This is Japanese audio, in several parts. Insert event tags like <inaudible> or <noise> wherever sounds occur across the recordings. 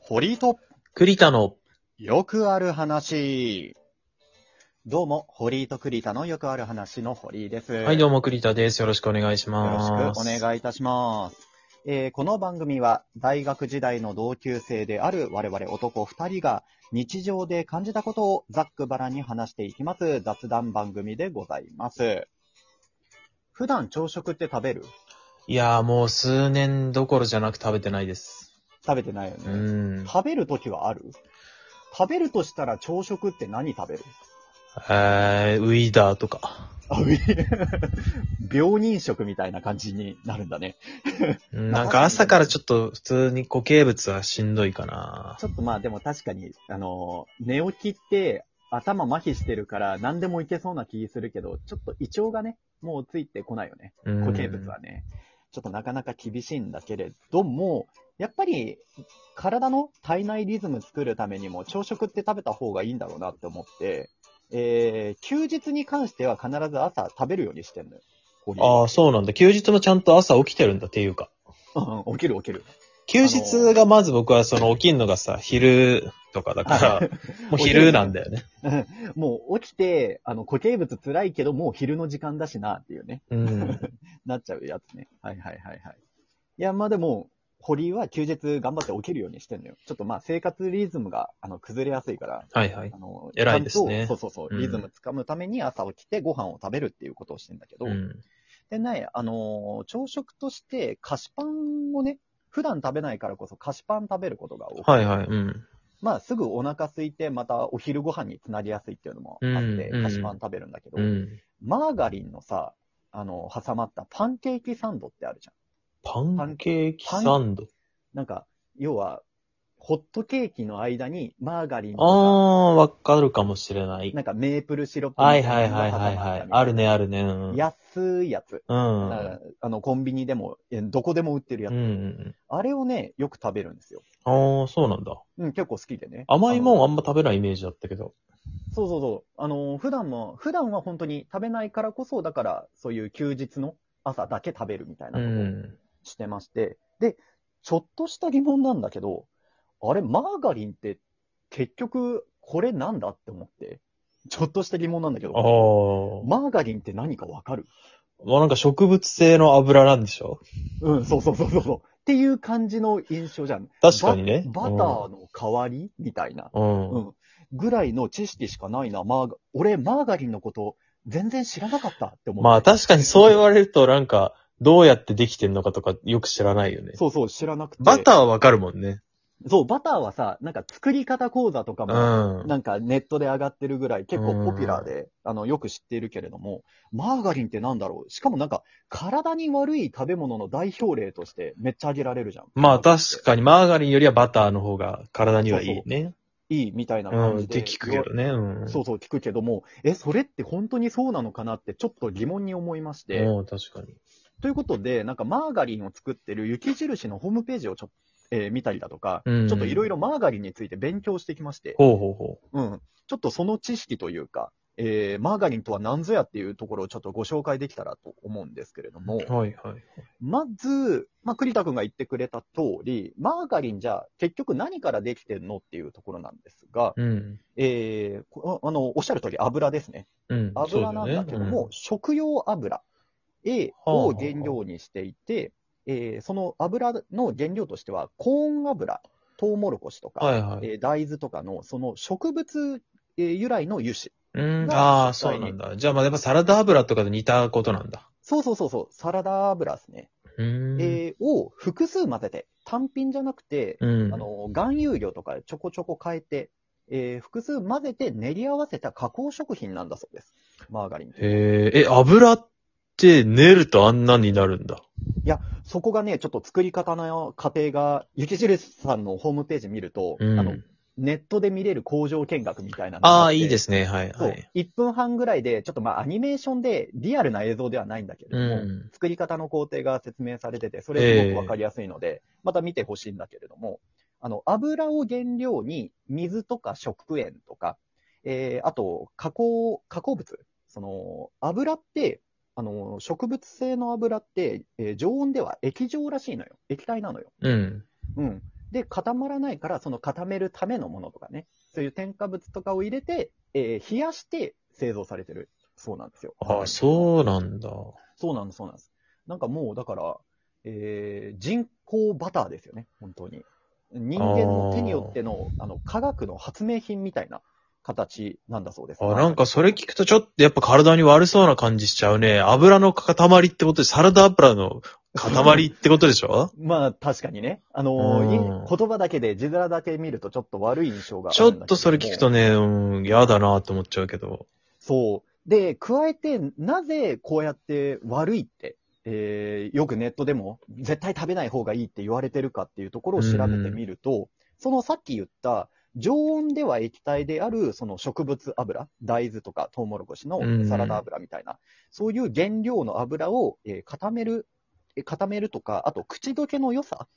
堀井と栗田の、よくある話。どうも、堀井と栗田のよくある話の堀井です。はい、どうも。も栗田です。よろしくお願いしよろます。しくお願いいたします。えーこの番組は大学時代の同級生である我々男2人が日常で感じたことをざっくばらんに話していきます雑談番組でございます。普段朝食って食べるいやー、もう数年どころじゃなく食べてないです。食べてないようね。ん。食べるときはある食べるとしたら朝食って何食べるえー、ウィーダーとか。あうい <laughs> 病人食みたいな感じになるんだね。うんなんか朝からちょっと普通に固形物はしんどいかなち。ょっとまあでも確かに、あのー、寝起きって頭麻痺してるから何でもいけそうな気するけど、ちょっと胃腸がね、もうついてこないよね。うん固形物は。ね。ちょっとなかなか厳しいんだけれども、やっぱり体の体内リズム作るためにも朝食って食べた方がいいんだろうなって思って、えー、休日に関しては必ず朝食べるようにしてんのよ。これああ、そうなんだ。休日もちゃんと朝起きてるんだっていうか。 <laughs> うん、起きる起きる。休日がまず僕はその起きんのがさ、昼とかだから、 <laughs> もう昼なんだよね。もう起きて、あの、固形物辛いけど、もう昼の時間だしな、っていうね、うん。 <laughs> なっちゃうやつね。はいはいはいはい。いや、まあでも、堀井は休日頑張って起きるようにしてんのよ。ちょっとまあ生活リズムが、あの、崩れやすいから、はいはいあ。の、偉いですねちゃんとそうそうそうう、んリズムつかむために朝起きてご飯を食べるっていうことをしてんだけど、うん。でね、あのー朝食として菓子パンをね、普段食べないからこそ菓子パン食べることが多くてはいはい。うん。まあ、すぐお腹空いて、またお昼ご飯につなりやすいっていうのもあって、うんうん菓子パン食べるんだけど、うん。マーガリンのさ、あの、挟まったパンケーキサンドってあるじゃん。パンケーキサンド。なんか、要は、ホットケーキの間にマーガリンあとあ、わかるかもしれないか、。なんかメープルシロップはいみたはいいなのはいが挟まはったいみたはいいな。あるねあるね。うん。安いやつ。うだん。からあの、コンビニでも、えどこでも売ってるやうつ、んうん。あれをね、よく食べるんですよ。ああ、そうなんだ。うん、結構好きでね。甘いもんああんま食べないイメージだったけど。のそうそうそう。あの、普段も、普段は本当に食べないからこそ、だから、そういう休日の朝だけ食べるみたいなうことをん。してまして、で、ちょっとした疑問なんだけど、あれ、マーガリンって結局これなんだって思って、ちょっとした疑問なんだけああど、。マーガリンって何かわかるまあなんか植物性の油なんでしょうん、そうそうそうそうそう。っていう感じの印象じゃん。確かにねババターの代わりみたいな。うん。うん。ぐらいの知識しかないな、マーガ、俺、マーガリンのこと、全然知らなかったって思って。まあ確かにそう言われるとなんか、どうやってできてんのかとかよく知らないよね。そうそう、知らなくて。バターはわかるもんね。そう、バターはさ、なんか作り方講座とかうも、ん。なんかネットで上がってるぐらい結構ポピュラーで、あの、よく知っているけれども、マーガリンってなんだろうしかもなんか、体に悪い食べ物の代表例としてめっちゃ挙げられるじゃん。まあ確かにマーガリンよりはバターの方が体にはいいね。いいみたいなう感ん。っじで。て聞くけどね。うん。そうそう、聞くけども、え、それって本当にそうなのかなってちょっと疑問に思いまして。もう確かに。ということで、なんかマーガリンを作ってる雪印のホームページをちょっと、えー見たりだとか、うんちょっといろいろマーガリンについて勉強してきまして、ほうほうほうん。ちょっとその知識というか、えー、マーガリンとは何ぞやっていうところをちょっとご紹介できたらと思うんですけれども、う。はいはい。まず、まあ、栗田君が言ってくれた通り、マーガリンじゃ結局何からできてるのっていうところなんですが、うん。えーこあの、おっしゃる通り油ですね。うん。油なんだけどそうよねも、食用油 A を原料にしていて、えーその油の原料としては、コーン油、トウモロコシとか、はいはいえー大豆とかの、その植物、えー由来の油脂。うん、がああ、実そ際うになんだ。じゃあ、まあ、やっぱサラダ油とかで似たことなんだ。そうそうそうそう、サラダ油ですね。うーん。えーを複数混ぜて、単品じゃなくて、うん。あの、含有量とかちょこちょこ変えて、えー複数混ぜて練り合わせた加工食品なんだそうです。マーガリン。へえ、え、油って練るとあんなになるんだ。そこがね、ちょっと作り方の過程が、雪印さんのホームページ見ると、うん。あの、ネットで見れる工場見学みたいなのがあっあ、ていいですね。はい、そはうい。。 1分半ぐらいで、ちょっとまあアニメーションでリアルな映像ではないんだけれどうも、ん。作り方の工程が説明されてて、それすごくわかりやすいので、また見てほしいんだけれども、あの、油を原料に水とか食塩とか、えー、あと、加工、加工物。その、油って、あの、植物性の油って、えー常温では液状らしいのよ。液体なのよ。うん。うん。で、固まらないから、その固めるためのものとかね、そういう添加物とかを入れて、えー冷やして製造されてるそうなんですよ。ああ、そうなんだ。そうなんです、そうなんです。なんかもう、だから、えー人工バターですよね、本当に。人間の手によっての、あの、科学の発明品みたいな形なんだそうです。あ、なんかそれ聞くとちょっとやっぱ体に悪そうな感じしちゃうね。油の塊ってことで、サラダ油の塊ってことでしょ <laughs> まあ、確かにね。あのうんい言葉だけで、字面だけ見るとちょっと悪い印象があちるんだょけどもっとそれ聞くとね、うん、嫌だなって思っちゃうけど。そう。で、加えて、なぜこうやって悪いって、えーよくネットでも絶対食べない方がいいって言われてるかっていうところを調べてみると、そのさっき言った、常温では液体であるその植物油、大豆とかトウモロコシのうんサラダ油みたいな、そういう原料の油を、えー固める、えー固めるとか、あと口どけの良さ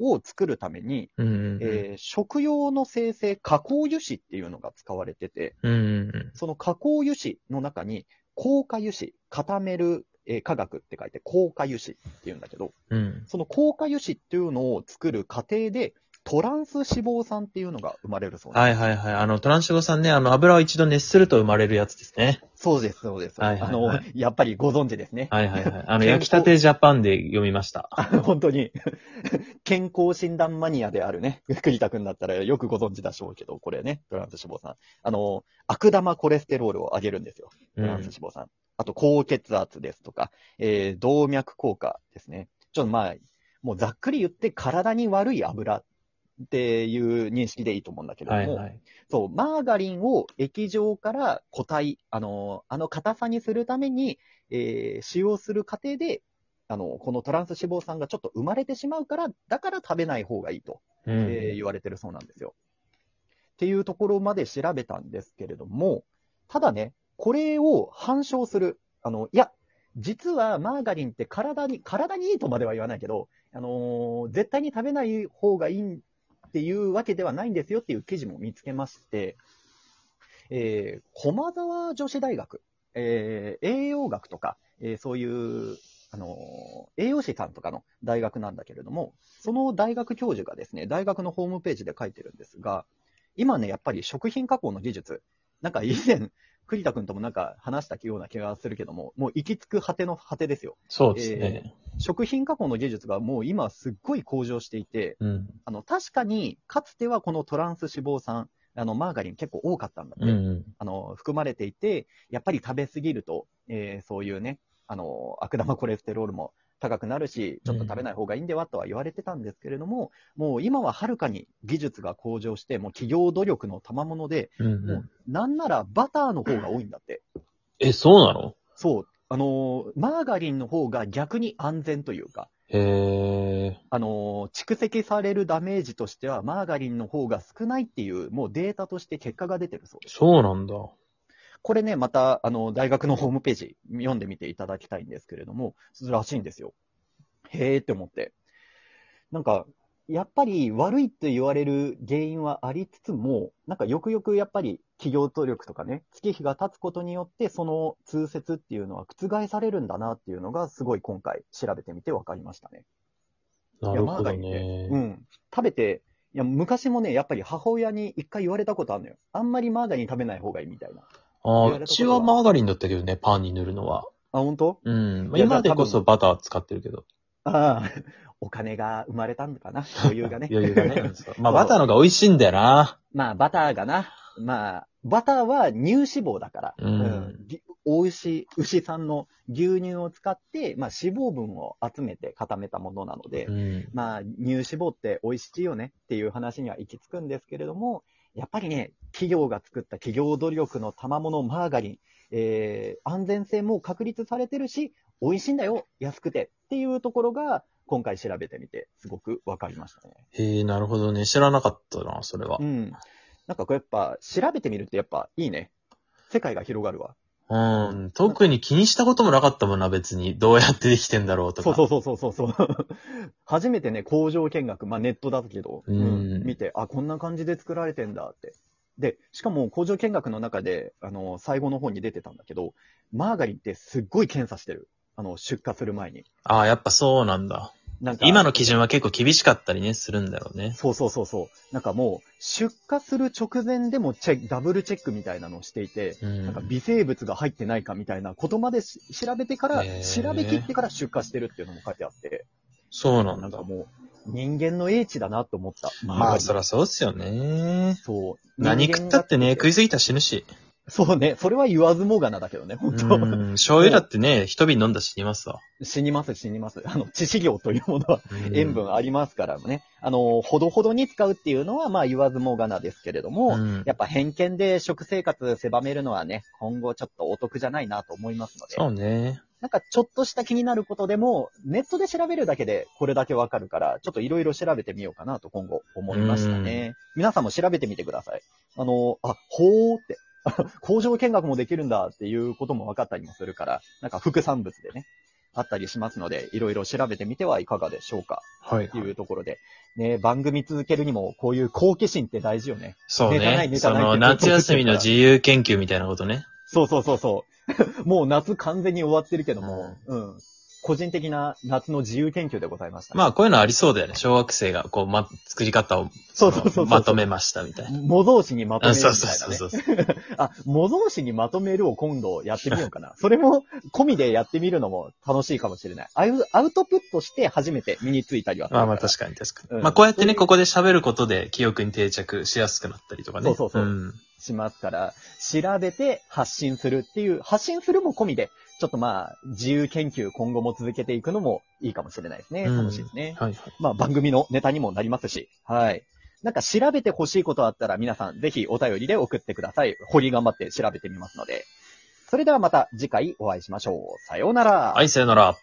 を作るために、うんうんうん。えー食用の生成加工油脂っていうのが使われてて、うんうんうん。その加工油脂の中に、硬化油脂、固める、えー化学って書いて、硬化油脂っていうんだけど、うん。その硬化油脂っていうのを作る過程で、トランス脂肪酸っていうのが生まれるそうです。はいはいはい。あの、トランシゴさんね、あの、油を一度熱すると生まれるやつですね。そうです、そうです。はいはいはいあの、やっぱりご存知ですね。はいはいはい。あの、健康焼きたてジャパンで読みました。本当に、 <laughs> 健康診断マニアであるね、栗田君だったらよくご存知だしょうけど、これね、トランス脂肪酸。あの、悪玉コレステロールを上げるんですよ。うトランスん脂。肪酸。あと、高血圧ですとか、えー動脈硬化ですね。ちょっとまあ、もうざっくり言って体に悪い油っていう認識でいいと思うんだけれどはいも、はい。そう、マーガリンを液状から固体、あの、あの硬さにするために、えー使用する過程で、あの、このトランス脂肪酸がちょっと生まれてしまうから、だから食べない方がいいとうえーん。言われてるそうなんですよ。っていうところまで調べたんですけれども、ただね、これを反証する。あの、いや、実はマーガリンって体に、体にいいとまでは言わないけど、あのー絶対に食べない方がいいっていうわけではないんですよっていう記事も見つけまして、えー駒沢女子大学、えー栄養学とか、えーそういう、あのー栄養士さんとかの大学なんだけれども、その大学教授がですね、大学のホームページで書いてるんですが、今ね、やっぱり食品加工の技術、なんか以前、栗田君ともなんか話したような気がするけども、もう行き着く果ての果てですよ。そうですね。食品加工の技術がもう今すっごい向上していて、うん。あの、確かに、かつてはこのトランス脂肪酸、あの、マーガリン結構多かったんだって。うんうん。あの、含まれていて、やっぱり食べ過ぎると、えーそういうね、あの、悪玉コレステロールも高くなるし、ちょっと食べない方がいいんではとは言われてたんですけれども、もう今ははるかに技術が向上して、もう企業努力の賜物で、うんもうんう。なんならバターの方が多いんだって。え、そうなのそう。あの、マーガリンの方が逆に安全というか、へえ。あの、蓄積されるダメージとしては、マーガリンの方が少ないっていう、もうデータとして結果が出てるそうです。そうなんだ。これね、また、あの、大学のホームページ読んでみていただきたいんですけれども、らしいんですよ。へーって思って。なんか、やっぱり悪いって言われる原因はありつつも、なんかよくよくやっぱり企業努力とかね、月日が経つことによって、その通説っていうのは覆されるんだなっていうのが、すごい今回調べてみて分かりましたね。ないやるほマーガどリンってね。うん。食べて、いや、昔もね、やっぱり母親に一回言われたことあるのよ。あんまりマーガリン食べない方がいいみたいな。あ言わあ、れたことはうちはマーガリンだったけどね、パンに塗るのは。あ、本当？うん。まあいや今でこ多そバター使ってるけど。。ああ、お金が生まれたんかな、余裕がね <laughs> 余裕がね。そうそまあうバターの方が美味しいんだよな。 <laughs> まあ、バターがな。まあ、バターは乳脂肪だから、うんぎお牛、牛さんの牛乳を使って、まあ、脂肪分を集めて固めたものなので、うん。まあ、乳脂肪って美味しいよねっていう話には行き着くんですけれども、やっぱりね、企業が作った企業努力の賜物マーガリン、えー安全性も確立されてるし、美味しいんだよ、安くてっていうところが、今回調べてみて、すごく分かりましたね。へえ、なるほどね。知らなかったな、それはう。ん。なんかこうやっぱ、調べてみるってやっぱいいね。世界が広がるわ。うん。特に気にしたこともなかったもんな、別に。どうやってできてんだろうとか。そうそうそうそうそうそう。 <laughs> 初めてね、工場見学、まあネットだけど、うん見て、あ、こんな感じで作られてんだって。で、しかも工場見学の中で、あの、最後の方に出てたんだけど、マーガリンってすっごい検査してる。あの、出荷する前に。ああ、やっぱそうなんだ。なんか、今の基準は結構厳しかったりね、するんだろうね。そうそうそうそう。なんかもう、出荷する直前でもチェダブルチェックみたいなのをしていて、うん。なんか微生物が入ってないかみたいなことまでし調べてから、へー調べきってから出荷してるっていうのも書いてあって、そうななんんだか。もう、人間の英知だなと思った。まあ、そらそうっすよね。そう。何人間食がったってね、食いすぎたら死ぬし。そうね、それは言わずもがなだけどね、う本当、ん。醤油だってね、一瓶飲んだら死にますわ。 <laughs> 死にます、死にます。あの、致死量というものはうん塩分ありますからね。あの、ほどほどに使うっていうのは、まあ言わずもがなですけれども、うんやっぱ偏見で食生活狭めるのはね、今後ちょっとお得じゃないなと思いますので、そうね。なんかちょっとした気になることでも、ネットで調べるだけでこれだけわかるから、ちょっといろいろ調べてみようかなと今後思いましたね。皆さんも調べてみてください。あの、あ、ほーって。 <laughs> 工場見学もできるんだっていうことも分かったりもするから、なんか副産物でね、あったりしますので、いろいろ調べてみてはいかがでしょうか。はいっていうところで。ね、番組続けるにも、こういう好奇心って大事よね。そうネタないね。ネタそないっての、夏休みの自由研究みたいなことね。そうそうそうそう。 <laughs> もう夏完全に終わってるけども、うん。個人的な夏の自由研究でございました。まあ、あ、こういうのありそうだよね。小学生が、こう、ま、作り方をそうそうそうそう。まとめましたみたいな。模造紙にまとめあるみたそいな、うね。そうそうそう。あ、模造紙にまとめるを今度やってみようか <laughs> な。それも、込みでやってみるのも楽しいかもしれない。アウアウトプットして初めて身についたりはするまから。あまあ確かに確かうに。んまあこうやってそういね、うここで喋ることで記憶に定着しやすくなったりとかね。そうそうそうんしますから、調べて発信するっていう、発信するも込みで、ちょっとまあ、自由研究今後も続けていくのもいいかもしれないですね。うん楽しいですね。はい。まあ、番組のネタにもなりますし、はい。なんか調べてほしいことあったら皆さんぜひお便りで送ってください。掘り頑張って調べてみますので。それではまた次回お会いしましょう。さようなら。はい、さよなら。